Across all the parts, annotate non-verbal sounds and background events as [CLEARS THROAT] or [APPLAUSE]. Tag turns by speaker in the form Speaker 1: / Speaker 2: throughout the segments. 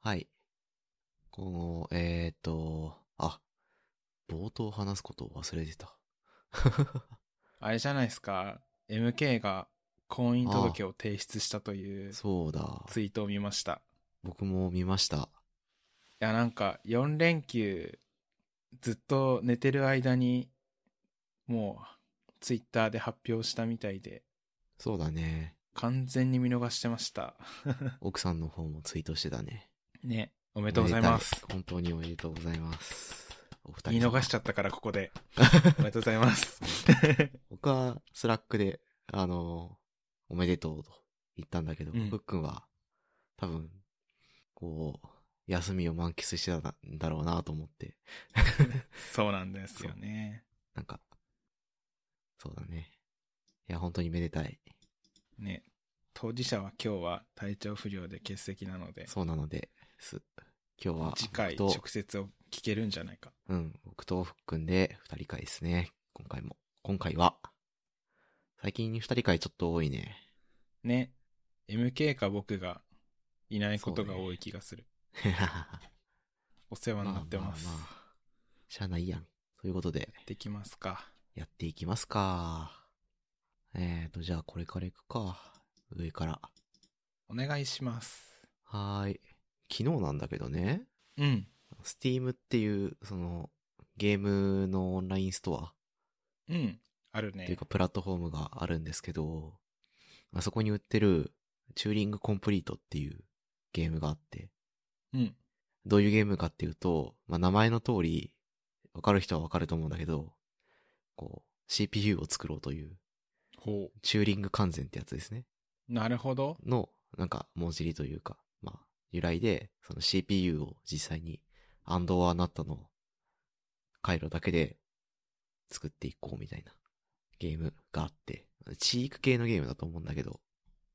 Speaker 1: はい。今後、えーと、あ、冒頭話すことを忘れてた。
Speaker 2: あれじゃないですか。MK が婚姻届を提出したという
Speaker 1: そうだ。
Speaker 2: ツイートを見ました。
Speaker 1: 僕も見ました。
Speaker 2: いや、なんか4連休、ずっと寝てる間に、もう、ツイッターで発表したみたいで、
Speaker 1: そうだね。
Speaker 2: 完全に見逃してました。
Speaker 1: 奥さんの方もツイートしてたね。
Speaker 2: ね、おめでとうございます。
Speaker 1: 本当におめでとうございます。お二人。
Speaker 2: 見逃しちゃったから、ここ [LAUGHS] で。おめでとうございます。 [LAUGHS]
Speaker 1: 僕は、スラックで、あのー、おめでとうと言ったんだけど、ふ、うん、っくんは、多分、こう、休みを満喫してたんだろうなと思って。
Speaker 2: そうなんですよね。
Speaker 1: なんか、そうだね。いや、本当にめでたい。
Speaker 2: ね。当事者は今日は体調不良で欠席なので。
Speaker 1: そうなので、す。今日は。
Speaker 2: 次回直接を聞けるんじゃないか。
Speaker 1: うん。僕とふっくんで二人会ですね。今回も。今回は。最近二人会ちょっと多いね。
Speaker 2: ね。MK か僕がいないことが多い気がする。お世話になってます。まあまあまあ、
Speaker 1: しゃあないやん。ということで。
Speaker 2: やってきますか。
Speaker 1: やっていきますか。えーと、じゃあこれから行くか。上から。
Speaker 2: お願いします。
Speaker 1: はーい。昨日なんだけどね。
Speaker 2: うん。
Speaker 1: Steam っていう、その、ゲームのオンラインストア。
Speaker 2: うん。あるね。
Speaker 1: というか、プラットフォームがあるんですけど、あそこに売ってる、チューリングコンプリートっていうゲームがあって。
Speaker 2: うん。
Speaker 1: どういうゲームかっていうと、まあ、名前の通り、わかる人はわかると思うんだけど、こう、CPU を作ろうという、
Speaker 2: ほう。
Speaker 1: チューリング完全ってやつですね。
Speaker 2: なるほど。
Speaker 1: の、なんか、文字りというか、まあ、由来で、その CPU を実際に、アンドワーナットの回路だけで作っていこうみたいなゲームがあって、地域系のゲームだと思うんだけど。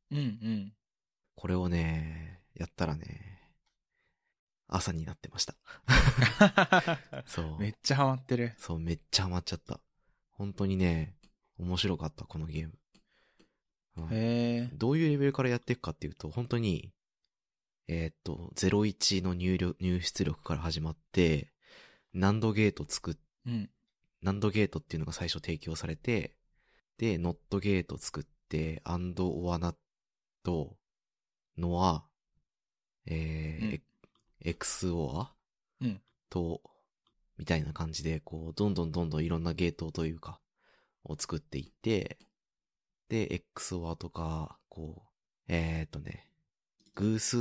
Speaker 2: うんうん。 [LAUGHS]
Speaker 1: これをね、やったらね、朝になってました。そう。
Speaker 2: めっちゃハマってる。
Speaker 1: そう、めっちゃハマっちゃった。本当にね、面白かった、このゲーム。
Speaker 2: うん、へ
Speaker 1: どういうレベルからやっていくかっていうと、本当に、えー、っと、01の入力、入出力から始まって、難度ゲート作っ、
Speaker 2: うん、
Speaker 1: 難度ゲートっていうのが最初提供されて、で、ノットゲート作って、アンドオアナット、ノア、えー、うん XO ア、
Speaker 2: うん、
Speaker 1: と、みたいな感じで、こう、どんどんどんどんいろんなゲートというか、を作っていって、で、XOR とか、こう、えー、っとね、偶数、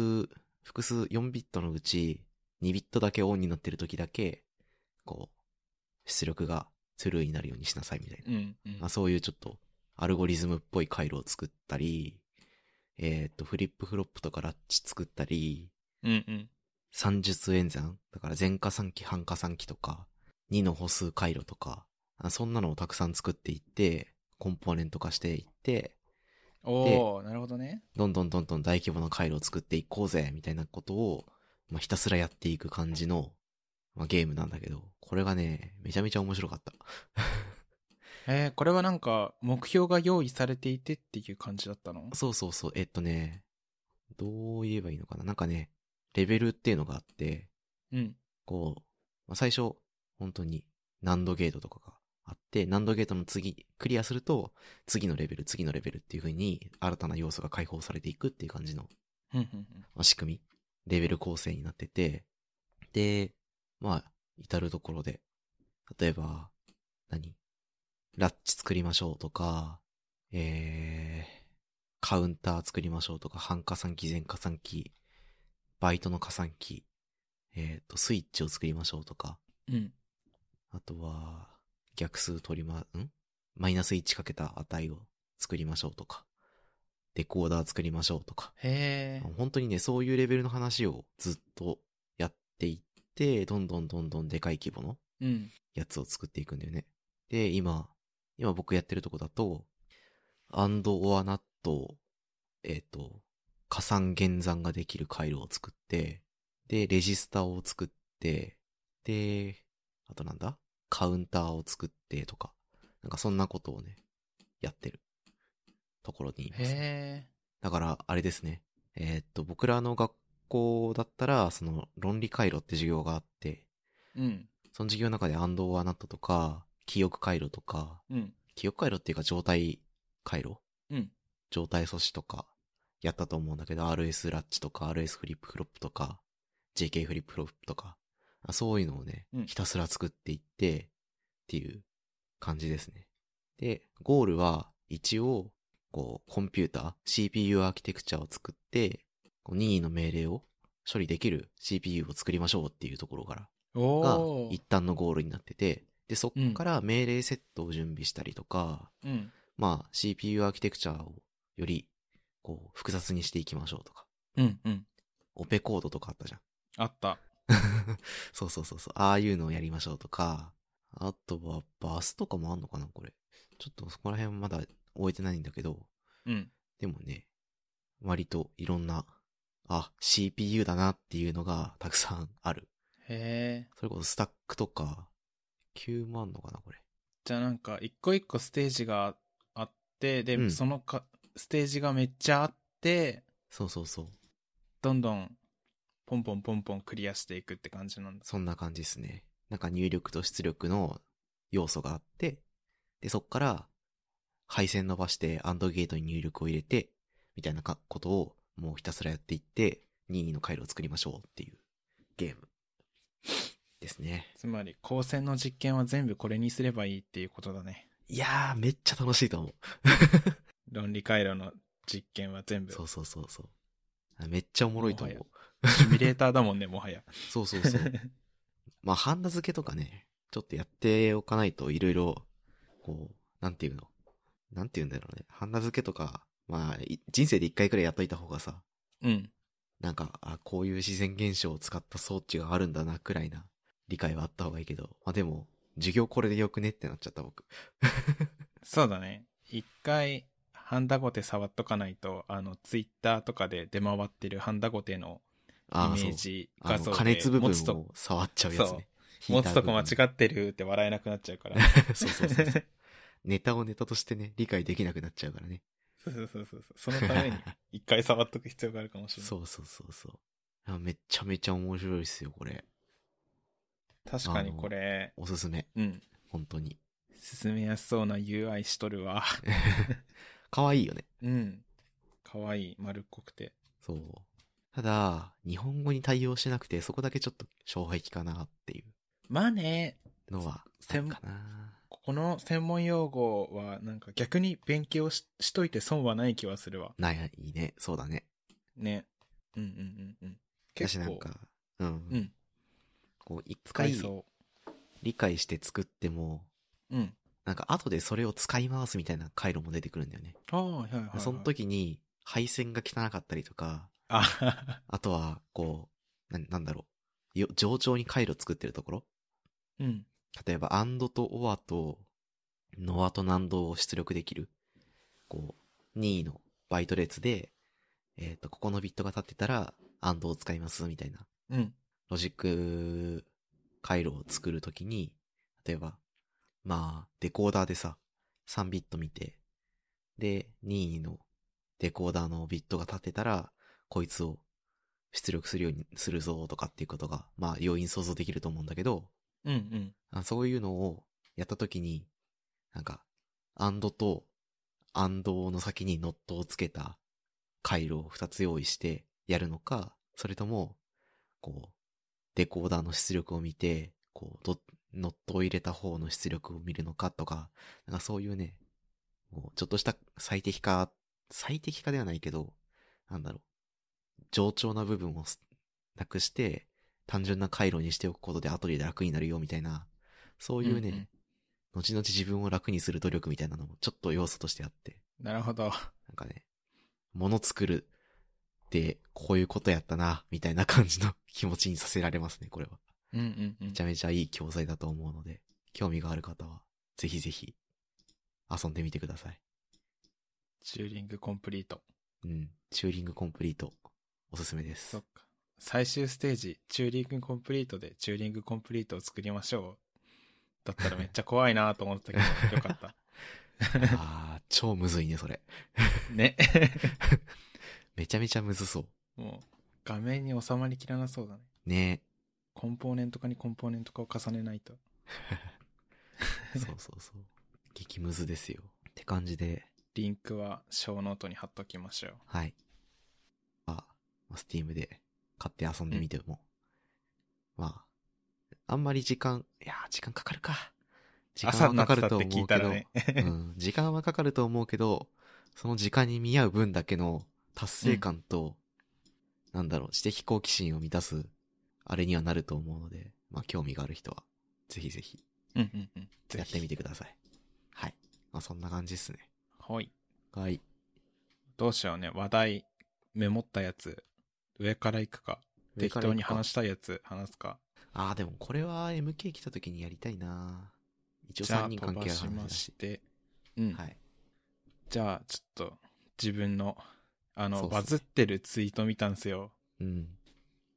Speaker 1: 複数4ビットのうち、2ビットだけオンになってる時だけ、こう、出力がトゥルーになるようにしなさいみたいな。
Speaker 2: うんうん、
Speaker 1: まあ、そういうちょっと、アルゴリズムっぽい回路を作ったり、えー、っと、フリップフロップとかラッチ作ったり、
Speaker 2: うんうん
Speaker 1: 三術演算だから前科三期、半科三期とか、2の歩数回路とか、そんなのをたくさん作っていって、コンポーネント化していって、
Speaker 2: おー、なるほどね。
Speaker 1: どんどんどんどん大規模な回路を作っていこうぜ、みたいなことを、まあ、ひたすらやっていく感じの、まあ、ゲームなんだけど、これがね、めちゃめちゃ面白かった。
Speaker 2: えー、これはなんか、目標が用意されていてっていう感じだったの
Speaker 1: そうそうそう、えっとね、どう言えばいいのかななんかね、レベルっていうのがあって、
Speaker 2: うん。
Speaker 1: こう、まあ、最初、本当に難度ゲートとかがあって、難度ゲートの次、クリアすると、次のレベル、次のレベルっていう風に、新たな要素が解放されていくっていう感じの、
Speaker 2: うんうんうん、
Speaker 1: まあ、仕組み、レベル構成になってて、で、まあ、至るところで、例えば、何ラッチ作りましょうとか、えー、カウンター作りましょうとか、半加算期、全加算期、バイトの加算機、えっ、ー、と、スイッチを作りましょうとか。
Speaker 2: うん。
Speaker 1: あとは、逆数取りま、んマイナス1かけた値を作りましょうとか。デコーダー作りましょうとか。
Speaker 2: へえ。
Speaker 1: 本当にね、そういうレベルの話をずっとやっていって、どんどんどんどんでかい規模の、やつを作っていくんだよね。
Speaker 2: うん、
Speaker 1: で、今、今僕やってるとこだと、アンドオアナット、えっ、ー、と、加算減算ができる回路を作って、で、レジスタを作って、で、あとなんだカウンターを作ってとか、なんかそんなことをね、やってるところにいます、
Speaker 2: ね。
Speaker 1: だから、あれですね。えー、っと、僕らの学校だったら、その論理回路って授業があって、
Speaker 2: うん。
Speaker 1: その授業の中で暗動はなったとか、記憶回路とか、
Speaker 2: うん。
Speaker 1: 記憶回路っていうか状態回路
Speaker 2: うん。
Speaker 1: 状態阻止とか、やったと思うんだけど、RS ラッチとか、RS フリップフロップとか、JK フリップフロップとか、あそういうのをね
Speaker 2: うん、
Speaker 1: ひたすら作っていって、っていう感じですね。で、ゴールは、一応、こう、コンピューター、CPU アーキテクチャを作って、こう任意の命令を処理できる CPU を作りましょうっていうところから、が
Speaker 2: おー
Speaker 1: 一。旦のゴールになってて、で、そっから命令セットを準備したりとか、
Speaker 2: うん。
Speaker 1: まあ、CPU アーキテクチャをより、こう、複雑にしていきましょうとか。
Speaker 2: うん。うん。
Speaker 1: オペコードとかあったじゃん。 [LAUGHS]
Speaker 2: あった。
Speaker 1: そうそうそうそう。ああいうのをやりましょうとか。あとは、バスとかもあんのかなこれ。ちょっとそこら辺まだ終えてないんだけど。
Speaker 2: うん。
Speaker 1: でもね、割といろんな、あ、CPU だなっていうのがたくさんある。
Speaker 2: へえ。
Speaker 1: それこそスタックとか、9万のかなこれ。
Speaker 2: じゃあなんか、一個一個ステージがあって、で、
Speaker 1: うん
Speaker 2: そのか、ステージがめっちゃあって、
Speaker 1: そうそうそう。
Speaker 2: どんどん、ポンポンポンポンクリアしていくって感じなんだ。
Speaker 1: そんな感じですね。なんか入力と出力の要素があって、で、そっから配線伸ばしてアンドゲートに入力を入れて、みたいなかことをもうひたすらやっていって、任意の回路を作りましょうっていうゲームですね。
Speaker 2: つまり、光線の実験は全部これにすればいいっていうことだね。
Speaker 1: いやー、めっちゃ楽しいと思う。
Speaker 2: 論理回路の実験は全部。
Speaker 1: そうそうそうそう。あめっちゃおもろいと思
Speaker 2: も
Speaker 1: う
Speaker 2: は。シミュレーターだもんね、もはや。
Speaker 1: そうそうそう。
Speaker 2: [LAUGHS]
Speaker 1: まあ、ハンダ付けとかね、ちょっとやっておかないといろいろ、こう、なんていうのなんていうんだろうね。ハンダ付けとか、まあ、い人生で一回くらいやっといた方がさ、
Speaker 2: うん。
Speaker 1: なんか、あ、こういう自然現象を使った装置があるんだな、くらいな理解はあった方がいいけど、まあでも、授業これでよくねってなっちゃった僕。
Speaker 2: そうだね。一回、ハンダゴテ触っとかないと、あの、ツイッターとかで出回ってるハンダゴテのイメ
Speaker 1: ああ、そう
Speaker 2: ー。ジ
Speaker 1: あ
Speaker 2: 画像
Speaker 1: の、
Speaker 2: で
Speaker 1: 加熱部分
Speaker 2: 持つと
Speaker 1: を触っちゃうやつね。
Speaker 2: 持つとこ間違
Speaker 1: っ
Speaker 2: ってるって笑えなくなっちゃ
Speaker 1: [LAUGHS]
Speaker 2: うから。
Speaker 1: てそうそうそう
Speaker 2: [LAUGHS]
Speaker 1: そう。ネタをネタとしてね、理解できなくなっちゃうからね。
Speaker 2: そうそうそうそう。そのために一回触っとく必要があるかもしれない。
Speaker 1: そうそうそうそう。あめっちゃめちゃ面白いっすよ、これ。
Speaker 2: 確かにこれ、
Speaker 1: おすすめ。
Speaker 2: うん。
Speaker 1: 本当
Speaker 2: [LAUGHS]
Speaker 1: に。
Speaker 2: 進めやすそうな UI しとるわ。
Speaker 1: 可愛いよね。
Speaker 2: うん。かわいい、丸っこくて。
Speaker 1: そう。ただ、日本語に対応してなくて、そこだけちょっと障壁かなってい
Speaker 2: まあね、
Speaker 1: うのは、あ
Speaker 2: 専
Speaker 1: る
Speaker 2: 門
Speaker 1: かな。
Speaker 2: この専門用語はなんか逆に勉強ししといて損はない気はするわ。
Speaker 1: ない、いいね。そうだね。
Speaker 2: ね。うんうんうんうん。
Speaker 1: 私
Speaker 2: 結
Speaker 1: な
Speaker 2: 構
Speaker 1: ん、か、うん。
Speaker 2: うん
Speaker 1: こう、一
Speaker 2: 使い
Speaker 1: 回
Speaker 2: そ
Speaker 1: 理解して作っても、
Speaker 2: う。うん。
Speaker 1: なんか後でそれを使い回すみたいな回路も出てくるんだよね。
Speaker 2: ああ、はいはい、はい。
Speaker 1: その。時に、配線が汚かったりとか、
Speaker 2: あ
Speaker 1: あとは、こう、ななんだろう。よ冗長に回路作ってるところ
Speaker 2: うん。
Speaker 1: 例えば、アンドとオアと、ノアとナンドを出力できる。こう、任意のバイト列で、えっ、と、ここのビットが立ってたら、アンドを使います、みたいな。
Speaker 2: うん。
Speaker 1: ロジック回路を作るときに、例えば、まあ、デコーダーでさ、3ビット見て、で、任意のデコーダーのビットが立ってたら、こいつを出力するようにするぞとかっていうことが、まあ、要因想像できると思うんだけど、
Speaker 2: うんうん。
Speaker 1: あそういうのをやったときに、なんか、アンドと、アンドの先にノットをつけた回路を2つ用意してやるのか、それとも、こう、デコーダーの出力を見て、こう、どノットを入れた方の出力を見るのかとか、なんかそういうね、もうちょっとした最適化、最適化ではないけど、なんだろう、冗長な部分をすなくして、単純な回路にしておくことで後で楽になるよみたいな、そういうね、
Speaker 2: うんうん
Speaker 1: 後々自分を楽にする努力みたいなのもちょっと要素としてあって、
Speaker 2: なるほど。
Speaker 1: なんかね、物作るってこういうことやったな、みたいな感じの [LAUGHS] 気持ちにさせられますね、これは。
Speaker 2: うんうんうん
Speaker 1: めち。ゃめちゃいい教材だと思うので、興味がある方は、ぜひぜひ、遊んでみてください。
Speaker 2: チューリングコンプリート。
Speaker 1: うん。チューリングコンプリート、おすすめです
Speaker 2: そっ。か。最終ステージ、チューリングコンプリートでチューリングコンプリートを作りましょう。だったらめっちゃ怖いなと思ったけ
Speaker 1: [LAUGHS]
Speaker 2: ど、よかった。
Speaker 1: あー、超むずいね、それ。
Speaker 2: ね。 [LAUGHS]
Speaker 1: めちゃめちゃむずそう。
Speaker 2: もう、画面に収まりきらなそうだね。
Speaker 1: ね
Speaker 2: コンポーネント化にコンポーネント化を重ねないと。
Speaker 1: そうそうそう。激ムズですよ。って感じで、
Speaker 2: リンクは小ノートに貼っときましょう。
Speaker 1: はい。あ、まあ、スティームで買って遊んでみても、まあ、あんまり時間、いやー、時間かかるか。時
Speaker 2: 朝
Speaker 1: 間
Speaker 2: に
Speaker 1: は
Speaker 2: な
Speaker 1: か
Speaker 2: っ
Speaker 1: か
Speaker 2: てた
Speaker 1: る
Speaker 2: っ
Speaker 1: と思
Speaker 2: て聞いうた
Speaker 1: け
Speaker 2: ら
Speaker 1: ど、
Speaker 2: ね。
Speaker 1: うん、時間はかかると思うけど、その時間に見合う分だけの達成感と、なんだろう、知的好奇心を満たす、あれにはなると思うので、まあ、興味がある人は、ぜひぜひ、
Speaker 2: うんうんうん。
Speaker 1: やってみ
Speaker 2: て。
Speaker 1: てください。はい。まあ、そんな感じですね。
Speaker 2: はい。
Speaker 1: はい。
Speaker 2: どうしようね。話題、メモったやつ、上からいくか。適当に話したいやつ、話すか。
Speaker 1: ああ、でもこれは MK 来た時にやりたいな。一応
Speaker 2: じゃ
Speaker 1: 3
Speaker 2: あ、
Speaker 1: 人
Speaker 2: 飛
Speaker 1: 関
Speaker 2: ば
Speaker 1: 係ある
Speaker 2: し
Speaker 1: 話
Speaker 2: ま
Speaker 1: だし
Speaker 2: し。て。うん。
Speaker 1: はい。
Speaker 2: じゃあ、ちょっと、自分の、あの、
Speaker 1: そうっすね
Speaker 2: バズってるツイート見たんすよ。
Speaker 1: うん。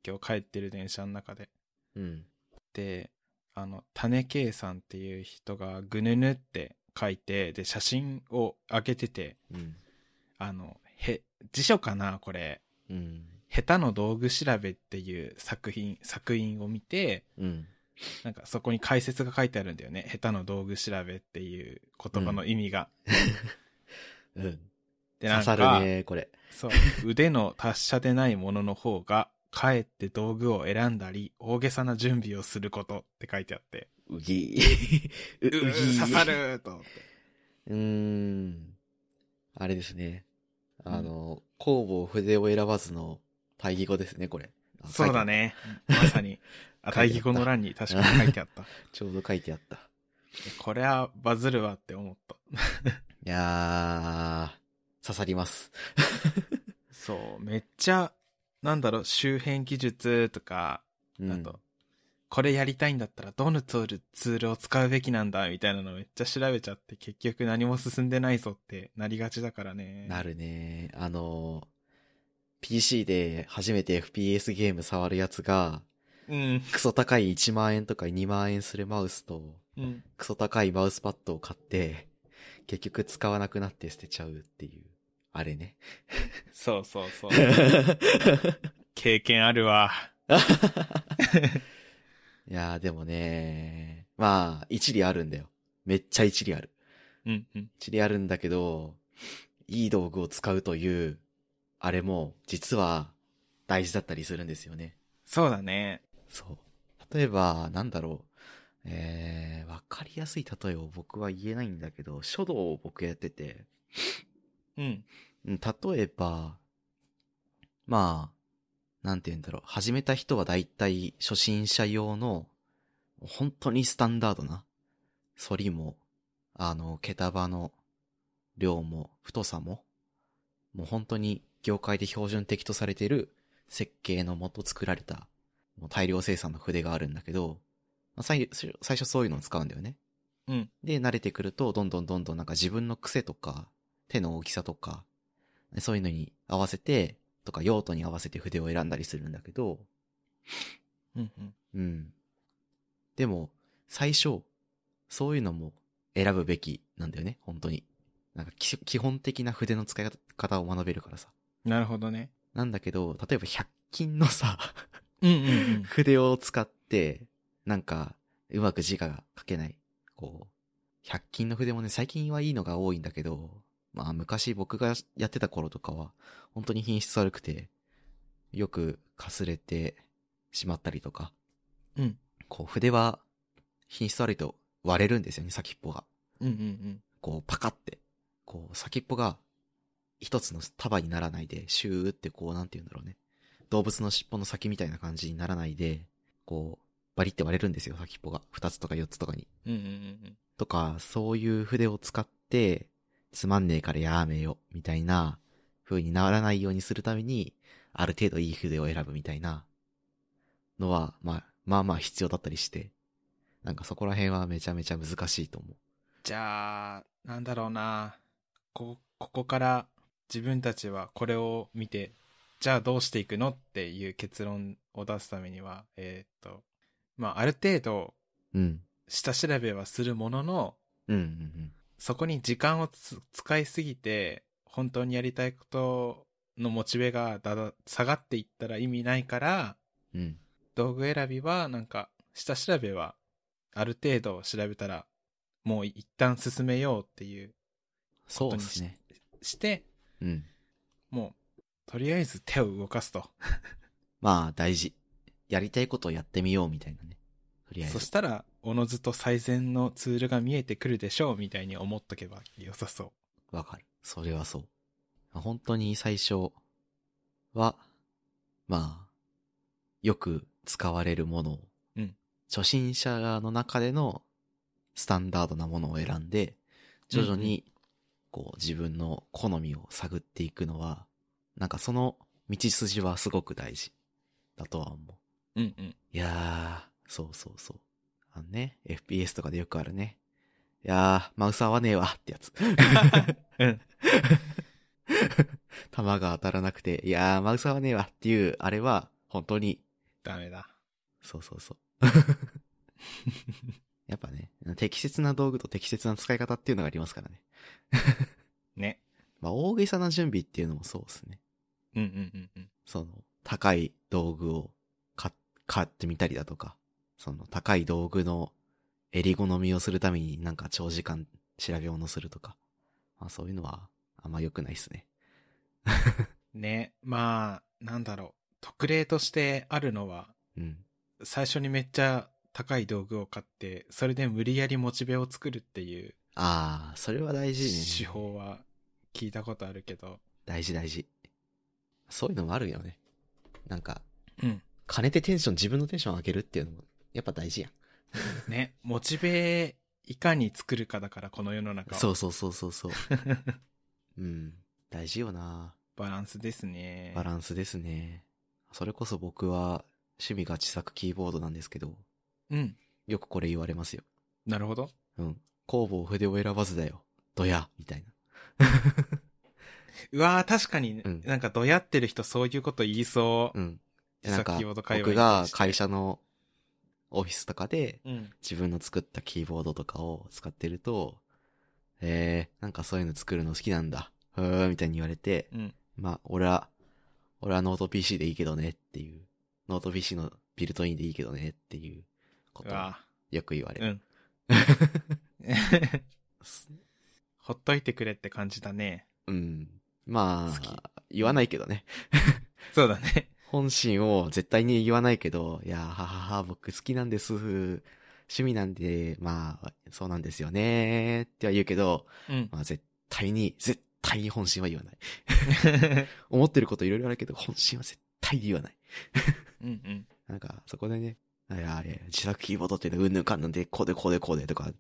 Speaker 2: 今日帰ってる電車の中で。
Speaker 1: うん。
Speaker 2: で、あの、種圭さんっていう人が、ぐぬぬって書いて、で、写真を上げてて、
Speaker 1: うん。
Speaker 2: あの、へ、辞書かなこれ。
Speaker 1: うん。
Speaker 2: 下手の道具調べっていう作品、作品を見て、
Speaker 1: うん。
Speaker 2: なんかそこに解説が書いてあるんだよね。下手の道具調べっていう言葉の意味が。
Speaker 1: うん。
Speaker 2: で、な
Speaker 1: 刺
Speaker 2: んか
Speaker 1: さ、るね、これ。
Speaker 2: そう、腕の達者でないものの方が、かえって道具を選んだり、大げさな準備をすることって書いてあって、
Speaker 1: うぎ [LAUGHS] う、う
Speaker 2: うう
Speaker 1: ぎ
Speaker 2: 刺さ。ると思って。
Speaker 1: うーん。あれですね。あの、工房筆を選ばずの対義語ですね、これ。あ
Speaker 2: そうだ。ね。まさに。あ、
Speaker 1: 書い
Speaker 2: 対
Speaker 1: てあった
Speaker 2: 義語の欄に確かに書いてあっ
Speaker 1: 書いてあ
Speaker 2: た。
Speaker 1: ったちょうど書いてあった。
Speaker 2: これはバズるわって思った。
Speaker 1: いやー、刺さります。
Speaker 2: そう、めっちゃ、なんだろう、周辺技術とか、
Speaker 1: うん
Speaker 2: あと、これやりたいんだったらどのツール、ツールを使うべきなんだみたいなのめっちゃ調べちゃって結局何も進んでないぞってなりがちだからね。
Speaker 1: なるね。あの、PC で初めて FPS ゲーム触るやつが、
Speaker 2: うん。
Speaker 1: クソ高い1万円とか2万円するマウスと、
Speaker 2: うん。
Speaker 1: クソ高いマウスパッドを買って、結局使わなくなって捨てちゃうっていう、あれね。
Speaker 2: そうそ
Speaker 1: [LAUGHS]
Speaker 2: うそう。経験あるわ。
Speaker 1: いやーでもね、まあ、一理あるんだよ。めっちゃ一理ある。
Speaker 2: うんうん。
Speaker 1: 一理あるんだけど、いい道具を使うという、あれも、実は、大事だったりするんですよね。
Speaker 2: そうだね。
Speaker 1: そう。例えば、なんだろう。えー、わかりやすい例えを僕は言えないんだけど、書道を僕やってて、
Speaker 2: うん。
Speaker 1: うん例えば、まあ、なんて言うんだろう。始めた人は大体初心者用の、本当にスタンダードな、反りも、あの、毛束の量も、太さも、もう本当に業界で標準的とされている設計のもと作られた、もう大量生産の筆があるんだけど、まあ、最最初そういうのを使うんだよね。
Speaker 2: うん。
Speaker 1: で、慣れてくると、どんどんどんどんなんか自分の癖とか、手の大きさとか、そういうのに合わせて、とか用途に合わせて筆を選んだりするんだけど、
Speaker 2: うんうん。
Speaker 1: うん。でも、最初、そういうのも選ぶべきなんだよね、本当に。なんかき基本的な筆の使い方を学べるからさ。
Speaker 2: なるほどね。
Speaker 1: なんだけど、例えば100均のさ、
Speaker 2: うんうんうん。
Speaker 1: 筆を使って、なんか、うまく字が書けない。こう、100均の筆もね、最近はいいのが多いんだけど、まあ昔僕がやってた頃とかは、本当に品質悪くて、よくかすれてしまったりとか。
Speaker 2: うん。
Speaker 1: こう、筆は品質悪いと割れるんですよね、先っぽが。
Speaker 2: うんうん
Speaker 1: こう、パカって。こう、先っぽが一つの束にならないで、シューってこう、なんて言うんだろうね。動物の尻尾の先みたいな感じにならないで、こう、バリって割れるんですよ、先っぽが。二つとか四つとかに。
Speaker 2: うん。うんうん
Speaker 1: とか、そういう筆を使って、つまんねえからやめよ、みたいな風にならないようにするために、ある程度いい筆を選ぶみたいなのは、まあ、まあまあ必要だったりして、なんかそこら辺はめちゃめちゃ難しいと思う。
Speaker 2: じゃあ、なんだろうな。こ、ここから自分たちはこれを見て、じゃあどうしていくのっていう結論を出すためには、えーっと、まあ、ある程度、
Speaker 1: うん。
Speaker 2: 下調べはするものの、
Speaker 1: うん、うん、うん。
Speaker 2: そこに時間をつ使いすぎて、本当にやりたいことのモチベがだだ下がっていったら意味ないから、
Speaker 1: うん。
Speaker 2: 道具選びはなんか下調べはある程度調べたらもう一旦進めようっていう
Speaker 1: そうですね。
Speaker 2: して
Speaker 1: うん。
Speaker 2: もうとりあえず手を動かすと
Speaker 1: まあ、大事。やりたいことをやってみようみたいなね。とりあえず。
Speaker 2: そしたらおのずと最善のツールが見えてくるでしょうみたいに思っとけば良さそう
Speaker 1: わかる。それはそう。本当に最初は、まあ、よく使われるものを、
Speaker 2: うん
Speaker 1: 初心者の中でのスタンダードなものを選んで、徐々に、こう自分の好みを探っていくのは、なんかその道筋はすごく大事だとは思う。
Speaker 2: うんうん
Speaker 1: いやー、そうそうそう。あのね、FPS とかでよくあるね。いやー、マウス合わねえわってやつ。
Speaker 2: うん
Speaker 1: 弾が当たらなくて、いやー、マウス合わねえわっていう、あれは、本当に、
Speaker 2: ダメだ
Speaker 1: そうそうそう。やっぱね、適切な道具と適切な使い方っていうのがありますからね。
Speaker 2: ね
Speaker 1: まあ、大げさな準備っていうのもそうですね。
Speaker 2: うんうんうんうん
Speaker 1: その、高い道具を買、買ってみたりだとか、その、高い道具の襟好みをするためになんか長時間調べ物するとか、まあそういうのはあんま良くないですね。
Speaker 2: ねまあなんだろう特例としてあるのは
Speaker 1: うん。
Speaker 2: 最初にめっちゃ高い道具を買ってそれで無理やりモチベを作るっていう
Speaker 1: あー、それは大事ね。
Speaker 2: 手法は聞いたことあるけど
Speaker 1: 大事大事。そういうのもあるよね。なんか、
Speaker 2: うん
Speaker 1: 金でテンション、自分のテンション上げるっていうのも、やっぱ大事やん。
Speaker 2: ねモチベいかに作るかだからこの世の中は
Speaker 1: そうそうそうそうそう。うん。大事よな
Speaker 2: バランスですね
Speaker 1: バランスですね。それこそ僕は、趣味が自作キーボードなんですけど、
Speaker 2: うん
Speaker 1: よくこれ言われますよ。
Speaker 2: なるほど
Speaker 1: うん。工房筆を選ばずだよ。どやみたいな。
Speaker 2: うわー確かに、
Speaker 1: うん
Speaker 2: なんかどやってる人そういうこと言いそう、
Speaker 1: うん。
Speaker 2: 自
Speaker 1: なん
Speaker 2: 作
Speaker 1: か
Speaker 2: キーボード、界隈
Speaker 1: 僕
Speaker 2: に対
Speaker 1: が
Speaker 2: して
Speaker 1: 会社のオフィスとかで、
Speaker 2: うん
Speaker 1: 自分の作ったキーボードとかを使ってると、えー、なんかそういうの作るの好きなんだ。ふー、みたいに言われて、
Speaker 2: うん
Speaker 1: まあ、俺は、俺はノート PC でいいけどねっていう、ノート PC のビルトインでいいけどねっていうこ
Speaker 2: う
Speaker 1: とを
Speaker 2: わ
Speaker 1: よく言われ
Speaker 2: ーう
Speaker 1: る。
Speaker 2: んほっといてくれって感じだね
Speaker 1: うん。ま
Speaker 2: 好き
Speaker 1: あ、言わないけどね。
Speaker 2: そうだね
Speaker 1: 本心を絶対に言わないけど、いやー、ははは、僕好きなんです。趣味なんで、まあ、そうなんですよねーっては言うけど、
Speaker 2: うん
Speaker 1: まあ絶対に、絶対に本心は言わない。思ってることいろいろあるけど、本心は絶対に言わない。
Speaker 2: うんうん
Speaker 1: なんか、そこでね、あれあれ、自作キーボードっていうのはうんぬんかんぬんで、こうでこうでこうでとか、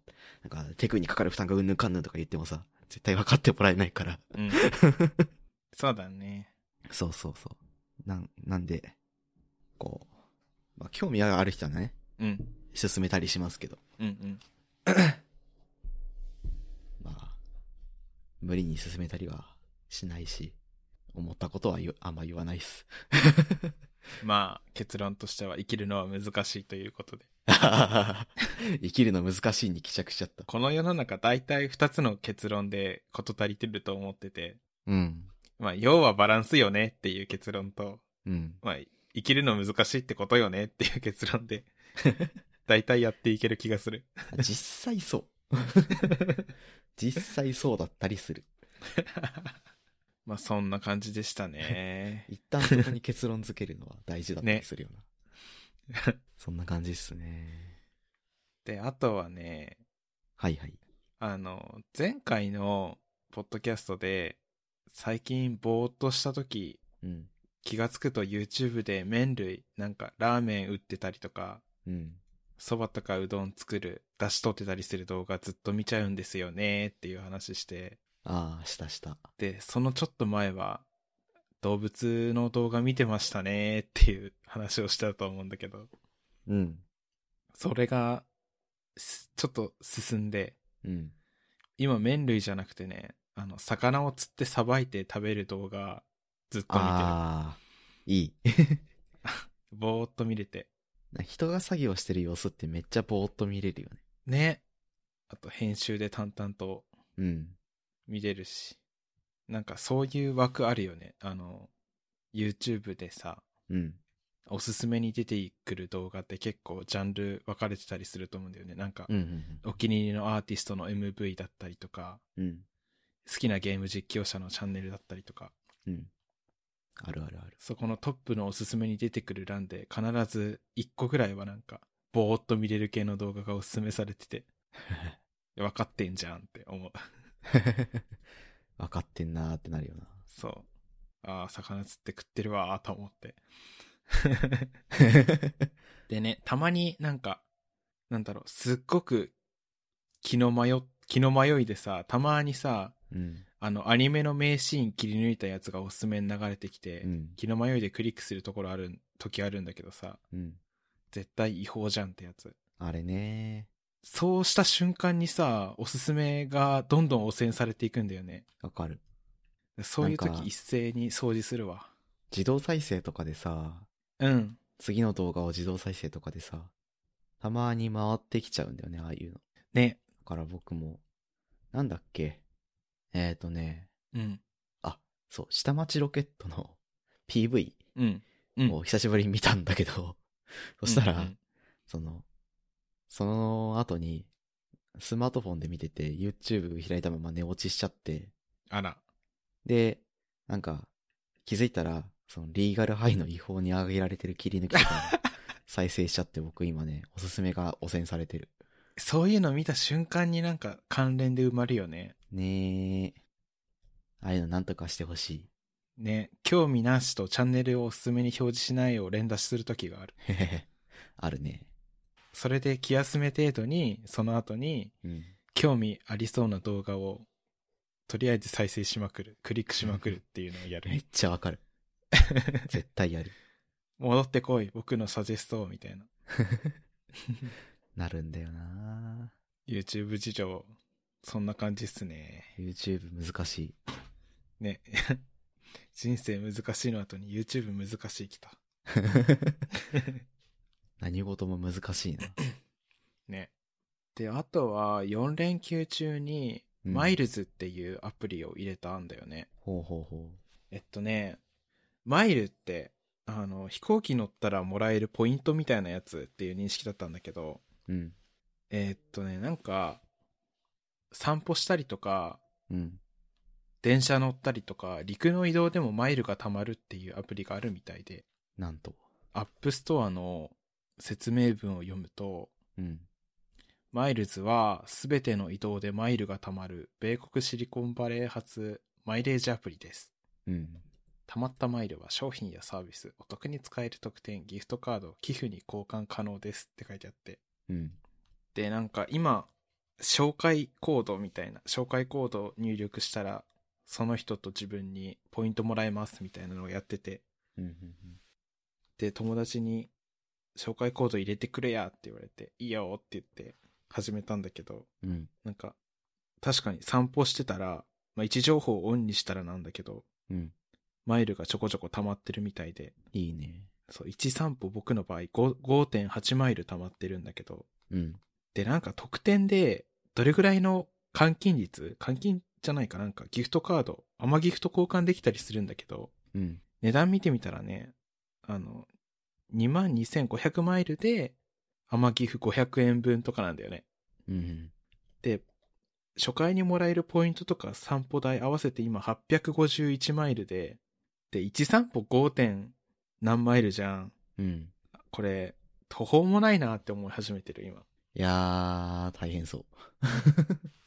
Speaker 1: なんか、テクにかかる負担がうんぬんかんぬんとか言ってもさ、絶対分かってもらえないから。
Speaker 2: うんそうだね
Speaker 1: そうそうそう。なん、なんで、こう、まあ、興味がある人はね、
Speaker 2: うん
Speaker 1: 進めたりしますけど、
Speaker 2: うんうん
Speaker 1: まあ、無理に進めたりはしないし、思ったことは言うあんま言わないっす。 [LAUGHS]
Speaker 2: まあ結論としては生きるのは難しいということで
Speaker 1: 生きるの難しいに帰着しちゃった。
Speaker 2: この世の中大体2つの結論で事足りてると思ってて
Speaker 1: うん。
Speaker 2: まあ要はバランスよねっていう結論と
Speaker 1: うん。
Speaker 2: まあ生きるの難しいってことよねっていう結論で大体やっていける気がする
Speaker 1: 実際そう。 [LAUGHS] 実際そうだったりする。
Speaker 2: まあそんな感じでしたね
Speaker 1: 一旦そこに結論付けるのは大事だったり
Speaker 2: ね
Speaker 1: するよな。そんな感じっすね。
Speaker 2: であとはね
Speaker 1: はいはい。
Speaker 2: あの前回のポッドキャストで最近ぼーっとした時
Speaker 1: うん。
Speaker 2: 気がつくと YouTube で麺類なんかラーメン売ってたりとか
Speaker 1: うん。
Speaker 2: そばとかうどん作る出汁取ってたりする動画ずっと見ちゃうんですよねっていう話して
Speaker 1: ああ、したした。
Speaker 2: でそのちょっと前は動物の動画見てましたねっていう話をしたと思うんだけど
Speaker 1: うん。
Speaker 2: それがすちょっと進んで
Speaker 1: うん。
Speaker 2: 今麺類じゃなくてねあの魚を釣ってさばいて食べる動画ずっと見てる
Speaker 1: ああ、いい。 [LAUGHS]
Speaker 2: ぼーっと見れて
Speaker 1: 人が作業してる様子ってめっちゃぼーっと見れるよね。
Speaker 2: ねあと編集で淡々と
Speaker 1: うん。
Speaker 2: 見れるしなんかそういう枠あるよね。あの、YouTube でさ、
Speaker 1: うん。
Speaker 2: おすすめに出てくる動画って結構ジャンル分かれてたりすると思うんだよね。なんか、
Speaker 1: うんうん
Speaker 2: お気に入りのアーティストの MV だったりとか、
Speaker 1: うん。うん。
Speaker 2: 好きなゲーム実況者のチャンネルだったりとか、
Speaker 1: うん。あるあるある。
Speaker 2: そこのトップのおすすめに出てくる欄で必ず1個ぐらいはなんか、ぼーっと見れる系の動画がおすすめされてて、分かってんじゃんって思う。
Speaker 1: [LAUGHS] 分かってんなーってなるよな。
Speaker 2: そう。ああ、魚釣って食ってるわーと
Speaker 1: [LAUGHS]
Speaker 2: 思って。でね、たまになんか、なんだろう、すっごく気の迷、気の迷いでさ、たまにさ、
Speaker 1: うん。
Speaker 2: あの、アニメの名シーン切り抜いたやつがおすすめに流れてきて、
Speaker 1: うん。
Speaker 2: 気の迷いでクリックするところある、時あるんだけどさ、
Speaker 1: うん。
Speaker 2: 絶対違法じゃんってやつ。
Speaker 1: あれね
Speaker 2: そうした瞬間にさ、おすすめがどんどん汚染されていくんだよね。
Speaker 1: ー。わかる。
Speaker 2: そういう
Speaker 1: なん
Speaker 2: 時
Speaker 1: か
Speaker 2: 一斉に掃除するわ。
Speaker 1: 自動再生とかでさ、
Speaker 2: うん。
Speaker 1: 次の動画を自動再生とかでさ、たまに回ってきちゃうんだよね、ああいうの。だ
Speaker 2: ね。
Speaker 1: から僕も、なんだっけ。えーとね、
Speaker 2: うん。
Speaker 1: そう、下町ロケットの [LAUGHS] PV
Speaker 2: うん。うん
Speaker 1: を久しぶりに見たんだけど、 [LAUGHS] そしたら、
Speaker 2: うんうん
Speaker 1: その、その後に、スマートフォンで見てて、YouTube 開いたまま寝落ちしちゃって、
Speaker 2: あら。
Speaker 1: で、なんか、気づいたら、その、リーガルハイの違法に挙げられてる切り抜きと
Speaker 2: [LAUGHS]
Speaker 1: かも再生しちゃって、僕今ね、おすすめが汚染されてる。
Speaker 2: そういうの見た瞬間になんか関連で埋まるよね。
Speaker 1: ねえ。ああいうのなんとかしてほしい。 [LAUGHS]
Speaker 2: ね。興味なしとチャンネルをおすすめに表示しないを連打する時がある。
Speaker 1: へへへ。あるね。
Speaker 2: それで気休め程度に、その後に、
Speaker 1: うん。
Speaker 2: 興味ありそうな動画を、とりあえず再生しまくる。クリックしまくるっていうのをや
Speaker 1: め
Speaker 2: る
Speaker 1: っ。ちゃわ
Speaker 2: [LAUGHS]
Speaker 1: かる。絶対やる。
Speaker 2: 戻ってこい、僕のサジェストをみたいな。
Speaker 1: なるんだよな
Speaker 2: YouTube 事情、そんな感じっすね。
Speaker 1: YouTube 難し
Speaker 2: [LAUGHS]
Speaker 1: い。
Speaker 2: ね。 [LAUGHS] 人生難しいの後に YouTube 難しいきた。
Speaker 1: 何事も難しいな。
Speaker 2: ね。で、あとは4連休中に、
Speaker 1: うん
Speaker 2: マイルズっていうアプリを入れたんだよね。
Speaker 1: ほうほうほ
Speaker 2: えっとね、マイルって、あの、飛行機乗ったらもらえるポイントみたいなやつっていう認識だったんだけど、
Speaker 1: う。うん。
Speaker 2: えっとね、なんか、散歩したりとか、
Speaker 1: うん。
Speaker 2: 電車乗ったりとか、陸の移動でもマイルが貯まるっていうアプリがあるみたいで、
Speaker 1: なんと。
Speaker 2: アップストアの説明文を読むと、
Speaker 1: うん。
Speaker 2: マイルズはすべての移動でマイルが貯まる米国シリコンバレー発マイレージアプリです。
Speaker 1: うん。
Speaker 2: 貯まったマイルは商品やサービス、お得に使える特典、ギフトカード、寄付に交換可能ですって書いてあって。
Speaker 1: うん。
Speaker 2: で、なんか今、紹介コードみたいな、紹介コードを入力したら、その人と自分にポイントもらえますみたいなのをやってて、
Speaker 1: うん。
Speaker 2: で、友達に、紹介コード入れてくれやって言われて、いいよって言って始めたんだけど、
Speaker 1: うん。うん。
Speaker 2: なんか、確かに散歩してたら、まあ位置情報をオンにしたらなんだけど、
Speaker 1: うん。
Speaker 2: マイルがちょこちょこ溜まってるみたいで、
Speaker 1: いいね。
Speaker 2: そう、1散歩僕の場合5 5.8マイル溜まってるんだけど、
Speaker 1: うん。
Speaker 2: で、なんか特典で、どれぐらいの換金率換金じゃないかなんかギフトカード、アマギフト交換できたりするんだけど、
Speaker 1: うん。
Speaker 2: 値段見てみたらね、あの、22,500マイルで、アマギフ500円分とかなんだよね。
Speaker 1: うん。
Speaker 2: で、初回にもらえるポイントとか散歩代合わせて今851マイルで、で、1散歩 5. 点何マイルじゃん。
Speaker 1: うん。
Speaker 2: これ、途方もないなって思い始めてる今。
Speaker 1: いやー、大変そ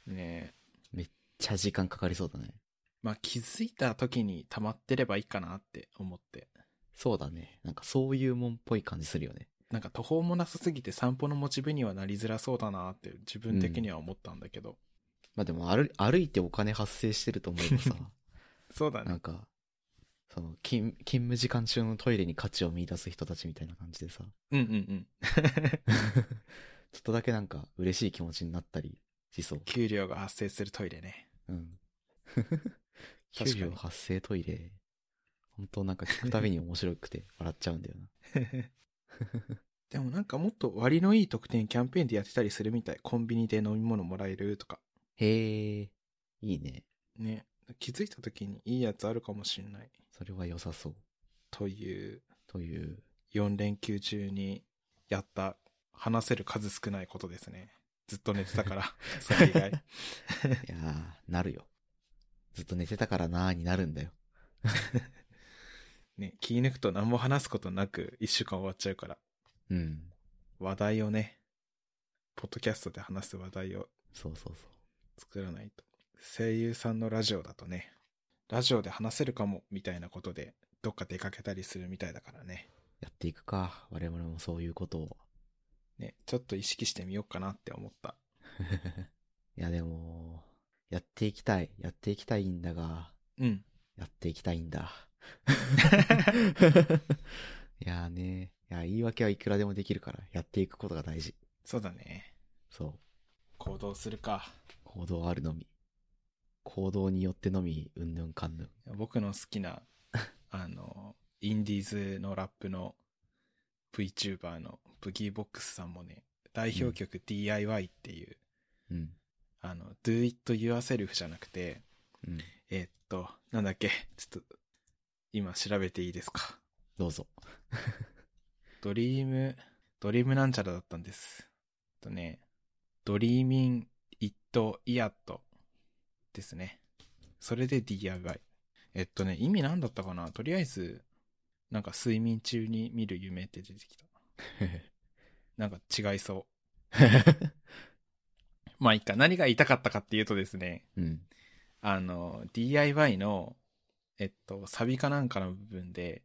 Speaker 1: う。
Speaker 2: ねえ。
Speaker 1: ちゃ時間かかりそうだね。
Speaker 2: まあ、気づいた時に溜まってればいいかなって思って。
Speaker 1: そうだね。なんかそういうもんっぽい感じするよね。
Speaker 2: なんか途方もなさすぎて散歩のモチベにはなりづらそうだなって自分的には思ったんだけど。
Speaker 1: まあでも歩歩いてお金発生してると思えばさ、
Speaker 2: そうだ
Speaker 1: な
Speaker 2: ね。
Speaker 1: んか、その勤、勤務時間中のトイレに価値を見出す人たちみたいな感じでさ、 [LAUGHS]
Speaker 2: うんうんうん。
Speaker 1: ちょっとだけなんか嬉しい気持ちになったりしそう。
Speaker 2: 給料が発生するトイレね。 [LAUGHS]
Speaker 1: うん。
Speaker 2: 確かに
Speaker 1: 給料発生トイレ。本当なんか聞くたびに面白くて笑っちゃうんだよな。
Speaker 2: でもなんかもっと割のいい特典キャンペーンでやってたりするみたい。コンビニで飲み物もらえるとか。
Speaker 1: へえ、いいね。
Speaker 2: ね。気づいた時にいいやつあるかもしれない。
Speaker 1: それは良さそう。
Speaker 2: という、
Speaker 1: という、
Speaker 2: 4連休中にやった、話せる数少ないことですね。ずっと寝てたから、それ以外。
Speaker 1: いやー、なるよ。ずっと寝てたからなーになるんだよ。
Speaker 2: ね、気抜くと何も話すことなく1週間終わっちゃうから、
Speaker 1: うん。
Speaker 2: 話題をね、ポッドキャストで話す話題を
Speaker 1: そうそうそう。
Speaker 2: 作らないと。声優さんのラジオだとね、ラジオで話せるかも、みたいなことで、どっか出かけたりするみたいだからね。
Speaker 1: やっていくか。我々もそういうことを。
Speaker 2: ね、ちょっと意識してみようかなって思った。
Speaker 1: いや、でも、やっていきたい。やっていきたいんだが、
Speaker 2: うん。
Speaker 1: やっていきたいんだ。いやーね。いや、言い訳はいくらでもできるから、やっていくことが大事。
Speaker 2: そうだね。
Speaker 1: そう。
Speaker 2: 行動するか。
Speaker 1: 行動あるのみ。行動によってのみ、うんぬんかんぬん。
Speaker 2: 僕の好きな、あの、インディーズのラップの VTuber のブギーボックスさんもね、代表曲 DIY っていう、
Speaker 1: うん。
Speaker 2: あの、do it yourself じゃなくて、
Speaker 1: うん。
Speaker 2: えーっと、なんだっけ、ちょっと、今調べていいですか。
Speaker 1: どうぞ。
Speaker 2: ドリーム、ドリームなんちゃらだったんです。えっとね、ドリーミン、イット、イアットですね。それで DIY。えっとね、意味なんだったかなとりあえず、なんか睡眠中に見る夢って出てきた。なんか違いそ
Speaker 1: うん
Speaker 2: う。まあいいか、何が言いたかったかっていうとですね、。
Speaker 1: うん
Speaker 2: あの、DIY の、えっと、サビかなんかの部分で、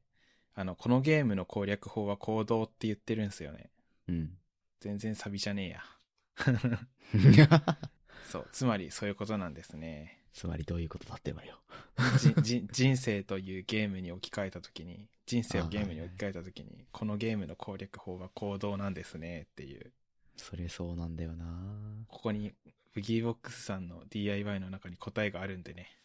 Speaker 2: あの、このゲームの攻略法は行動って言ってるんですよね。
Speaker 1: うん。
Speaker 2: 全然サビじゃねえや。そう。つまり、そういうことなんですね。
Speaker 1: つまりどういうことだってばよ。
Speaker 2: じ [LAUGHS] じ人生というゲームに置き換えたときに、人生をゲームに置き換えたときに、このゲームの攻略法は行動なんですね、っていう。
Speaker 1: それそうなんだよな
Speaker 2: ここに、ブギーボックスさんの DIY の中に答えがあるんで
Speaker 1: [LAUGHS]
Speaker 2: ね。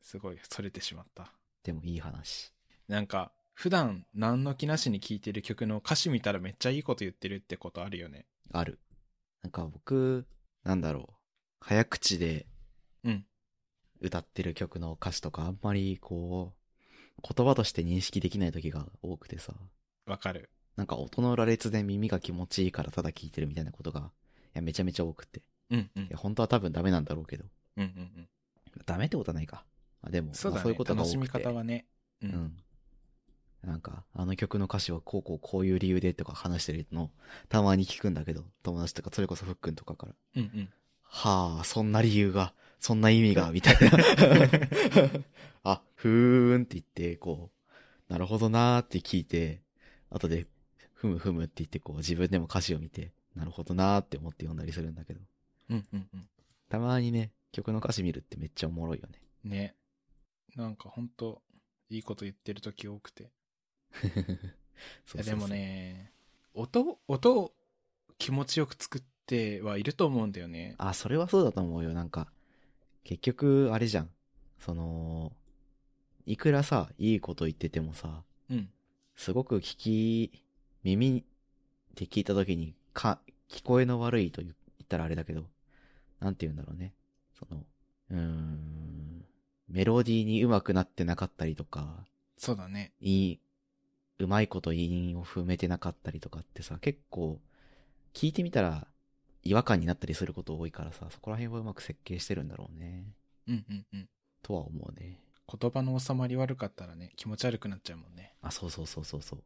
Speaker 2: すごい、それてしまった。
Speaker 1: でもいい話。
Speaker 2: なんか、普段、何の気なしに聴いてる曲の歌詞見たらめっちゃいいこと言ってるってことあるよね。
Speaker 1: ある。なんか僕、なんだろう。早口で
Speaker 2: うん。
Speaker 1: 歌ってる曲の歌詞とかあんまりこう、言葉として認識できない時が多くてさ。
Speaker 2: わかる。
Speaker 1: なんか音の羅列で耳が気持ちいいからただ聴いてるみたいなことが、いやめちゃめちゃ多くて。
Speaker 2: うんうん
Speaker 1: いや。本当は多分ダメなんだろうけど。
Speaker 2: うんうん
Speaker 1: ダメってことはないか。まあでも
Speaker 2: うん。、そう
Speaker 1: ま
Speaker 2: だ
Speaker 1: あ
Speaker 2: ね。
Speaker 1: そういうことが多
Speaker 2: 楽
Speaker 1: くて
Speaker 2: しみ方はね。う
Speaker 1: う。ん。なんか、あの曲の歌詞はこうこうこういう理由でとか話してるのをたまに聞くんだけど、友達とか、それこそふっくんとかから。
Speaker 2: うんうん。
Speaker 1: はあ、そんな理由が、そんな意味が、みたいな。 [LAUGHS] あ、ふーんって言って、こう、なるほどなーって聞いて、後で、ふむふむって言って、こう、自分でも歌詞を見て、なるほどなーって思って読んだりするんだけど、
Speaker 2: うんうんうん。
Speaker 1: たまにね、曲の歌詞見るってめっちゃおもろいよね。 [LAUGHS]
Speaker 2: ね。なんかほんと、いいこと言ってる時多くて。
Speaker 1: そ
Speaker 2: いう
Speaker 1: そう
Speaker 2: や
Speaker 1: そう
Speaker 2: でも。ね、音、音を気持ちよく作ってはいると思うんだよね。
Speaker 1: あ、それはそうだと思うよ。なんか、結局、あれじゃん。その、いくらさ、いいこと言っててもさ、
Speaker 2: うん。
Speaker 1: すごく聞き、耳で聞いた時に、か、聞こえの悪いと言ったらあれだけど、なんて言うんだろうね。その、うーん、メロディーに上手くなってなかったりとか、
Speaker 2: そうだね。
Speaker 1: いい、うまいこと韻を踏めてなかったりとかってさ、結構、聞いてみたら違和感になったりすること多いからさ、そこら辺はうまく設計してるんだろうね。
Speaker 2: うんうんうん。
Speaker 1: とは思うね。
Speaker 2: 言葉の収まり悪かったらね、気持ち悪くなっちゃうもんね。
Speaker 1: あ、そうそうそうそうそう。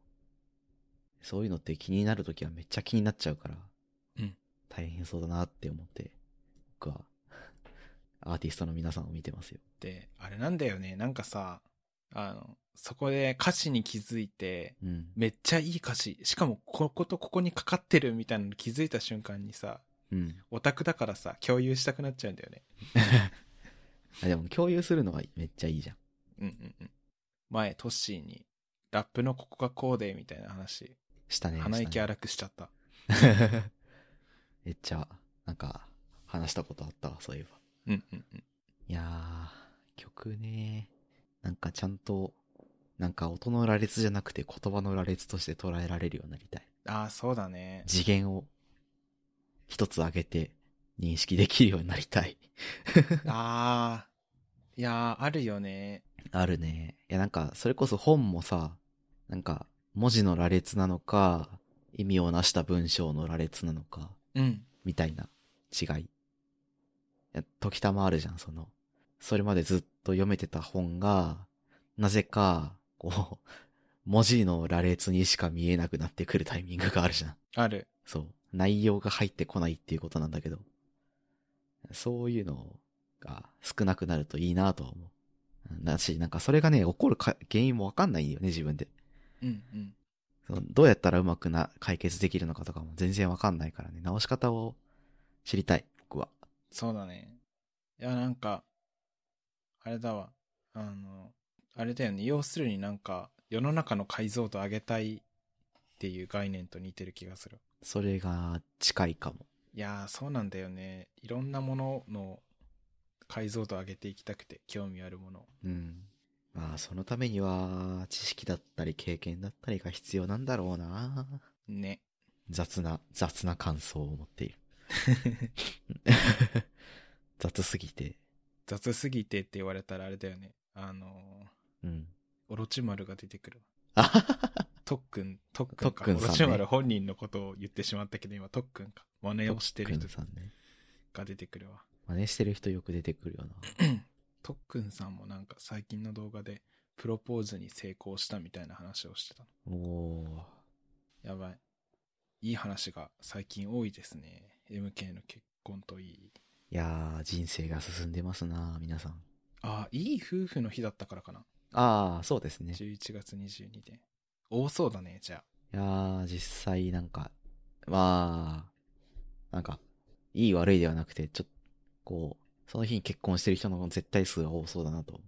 Speaker 1: そういうのって気になるときはめっちゃ気になっちゃうから、
Speaker 2: うん
Speaker 1: 大変そうだなって思って、僕は、 [LAUGHS] アーティストの皆さんを見てますよ。
Speaker 2: で、あれなんだよね。なんかさ、あの、そこで歌詞に気づいて、
Speaker 1: うん。
Speaker 2: めっちゃいい歌詞、しかもこことここにかかってるみたいなのに気づいた瞬間にさ、
Speaker 1: うん。
Speaker 2: オタクだからさ、共有したくなっちゃうんだよね。
Speaker 1: あでも共有するのはめっちゃいいじゃん。
Speaker 2: うんうんうん。前、トッシーに、ラップのここがこうで、みたいな話、
Speaker 1: したね。
Speaker 2: 鼻
Speaker 1: したね
Speaker 2: 息荒くしちゃった。
Speaker 1: めっちゃ、なんか、話したことあったわ、そういえば。
Speaker 2: うんうんうん。
Speaker 1: いやー、曲ねなんかちゃんと、なんか音の羅列じゃなくて言葉の羅列として捉 [LAUGHS] えられるようになりたい。
Speaker 2: ああ、そうだね。
Speaker 1: 次元を、一つ上げて、認識できるようになりたい。
Speaker 2: ああ。いやー、あるよね。
Speaker 1: あるね。いや、なんか、それこそ本もさ、なんか、文字の羅列なのか、意味をなした文章の羅列なのか、
Speaker 2: うん。
Speaker 1: みたいな違い。いや時たまあるじゃん、その。それまでずっと読めてた本が、なぜか、こう、文字の羅列にしか見えなくなってくるタイミングがあるじゃん。
Speaker 2: ある。
Speaker 1: そう。内容が入ってこないっていうことなんだけど、そういうのが少なくなるといいなとは思う。だし、なんかそれがね、起こるか原因もわかんないんだよね、自分で。
Speaker 2: うんうん。
Speaker 1: そのどうやったらうまくな、解決できるのかとかも全然わかんないからね、直し方を知りたい、僕は。
Speaker 2: そうだね。いや、なんか、あれだわ。あの、あれだよね。要するになんか、世の中の解像度上げたいっていう概念と似てる気がする。
Speaker 1: それが近いかも。
Speaker 2: いやー、そうなんだよね。いろんなものの解像度上げていきたくて、興味あるもの。
Speaker 1: うん。まあ、そのためには、知識だったり経験だったりが必要なんだろうな。
Speaker 2: ね。
Speaker 1: 雑な、雑な感想を持っている。雑すぎて。
Speaker 2: 雑すぎてって言われたらあれだよね。あの
Speaker 1: う
Speaker 2: ー、
Speaker 1: ん。
Speaker 2: オロチマルが出て
Speaker 1: [LAUGHS]
Speaker 2: くる
Speaker 1: あ
Speaker 2: わ。
Speaker 1: ははは
Speaker 2: トックン、トックン
Speaker 1: ト
Speaker 2: か。
Speaker 1: ックン
Speaker 2: オ
Speaker 1: さんね
Speaker 2: ロチマル本人のことを言ってしまったけど、今トックンか。真似をしてる人
Speaker 1: さんね。
Speaker 2: が出てくるわ。
Speaker 1: 真似してる人よく出てくるよな。
Speaker 2: とっくんさんもなんか最近の動画でプロポーズに成功したみたいな話をしてたの。
Speaker 1: おー。
Speaker 2: やばい。いい話が最近多いですね。MK の結婚といい。
Speaker 1: いやー、人生が進んでますな、皆さん。
Speaker 2: ああ、いい夫婦の日だったからかな。
Speaker 1: あー、そうですね。い
Speaker 2: 11月22で。多そうだね、じゃあ。
Speaker 1: やー、実際なんか、まあ、なんか、いい悪いではなくて、ちょっと、こう、その日に結婚してる人の絶対数が多そうだなと思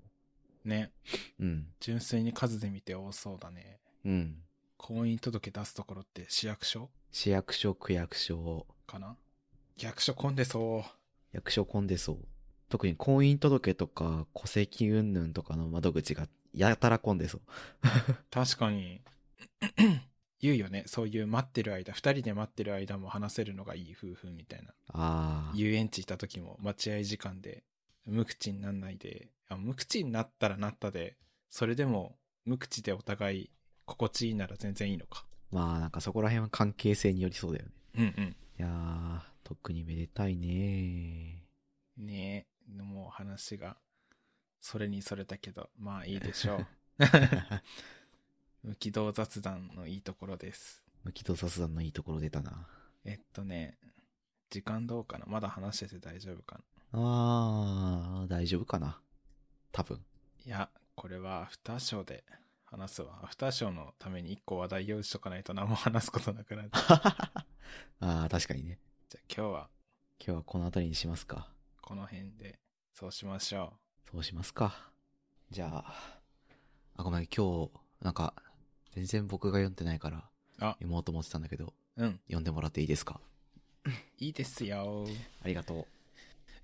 Speaker 2: ね。
Speaker 1: う。うん。
Speaker 2: 純粋に数で見て多そうだね。
Speaker 1: うん。
Speaker 2: 婚姻届出すところって市役所
Speaker 1: 市役所、区役所、
Speaker 2: かな役所混んでそう。
Speaker 1: 役所混んでそう。特に婚姻届とか、戸籍云々とかの窓口がやたら混んでそう。
Speaker 2: 確かに。 [CLEARS THROAT] 言うよね。そういう待ってる間、二人で待ってる間も話せるのがいい夫婦みたいな。
Speaker 1: ああ。
Speaker 2: 遊園地行った時も待合時間で無口になんないであ無口になったらなったでそれでも無口でお互い心地いいなら全然いいのか
Speaker 1: まあなんかそこら辺は関係性によりそうだよね。
Speaker 2: うん
Speaker 1: いやー、特にめでたいね
Speaker 2: うんねえもう話がそれにそれたけどまあいいでしょう無軌道雑談のいいところです
Speaker 1: 無軌道雑談のいいところ出たな。
Speaker 2: えっとね時間どうかなまだ話してて大丈夫かな
Speaker 1: あー、大丈夫かな。多分。 [LAUGHS]
Speaker 2: いやこれはアフターショーで話すわアフターショーのために一個話題用意しとかないと何も話すことなくなっちゃう
Speaker 1: あー、確かにね。
Speaker 2: じゃあ今日は
Speaker 1: 今日はこの辺りにしますか。
Speaker 2: この辺でそうしましょ
Speaker 1: そうしますか。じゃあ、あ、ごめん、今日、なんか、全然僕が読んでないから、
Speaker 2: あ
Speaker 1: 読もうと思ってたんだけど、
Speaker 2: う。うん。
Speaker 1: 読んでもらっていいですか
Speaker 2: いいですよ。
Speaker 1: ありがと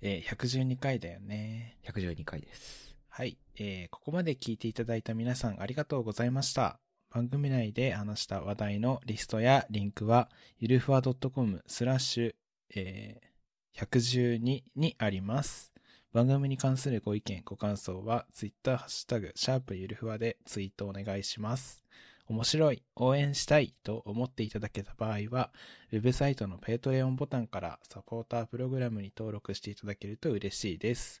Speaker 2: えー112回だよね。
Speaker 1: う。112回です。
Speaker 2: はい。えーここまで聞いていただいた皆さんありがとうございました。番組内で話した話題のリストやリンクは、ゆるふわ .com スラッシュ、えー112にあります。番組に関するご意見、ご感想は、ツイッターハッシュタグ、シャープゆるふわでツイートお願いします。面白い、応援したいと思っていただけた場合は、ウェブサイトのペイトレオンボタンからサポータープログラムに登録していただけると嬉しいです。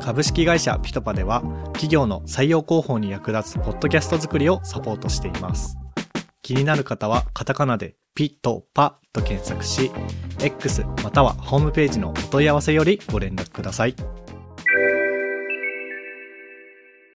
Speaker 3: 株式会社ピトパでは企業の採用広報に役立つポッドキャスト作りをサポートしています気になる方はカタカナでピトパと検索し X またはホームページのお問い合わせよりご連絡ください。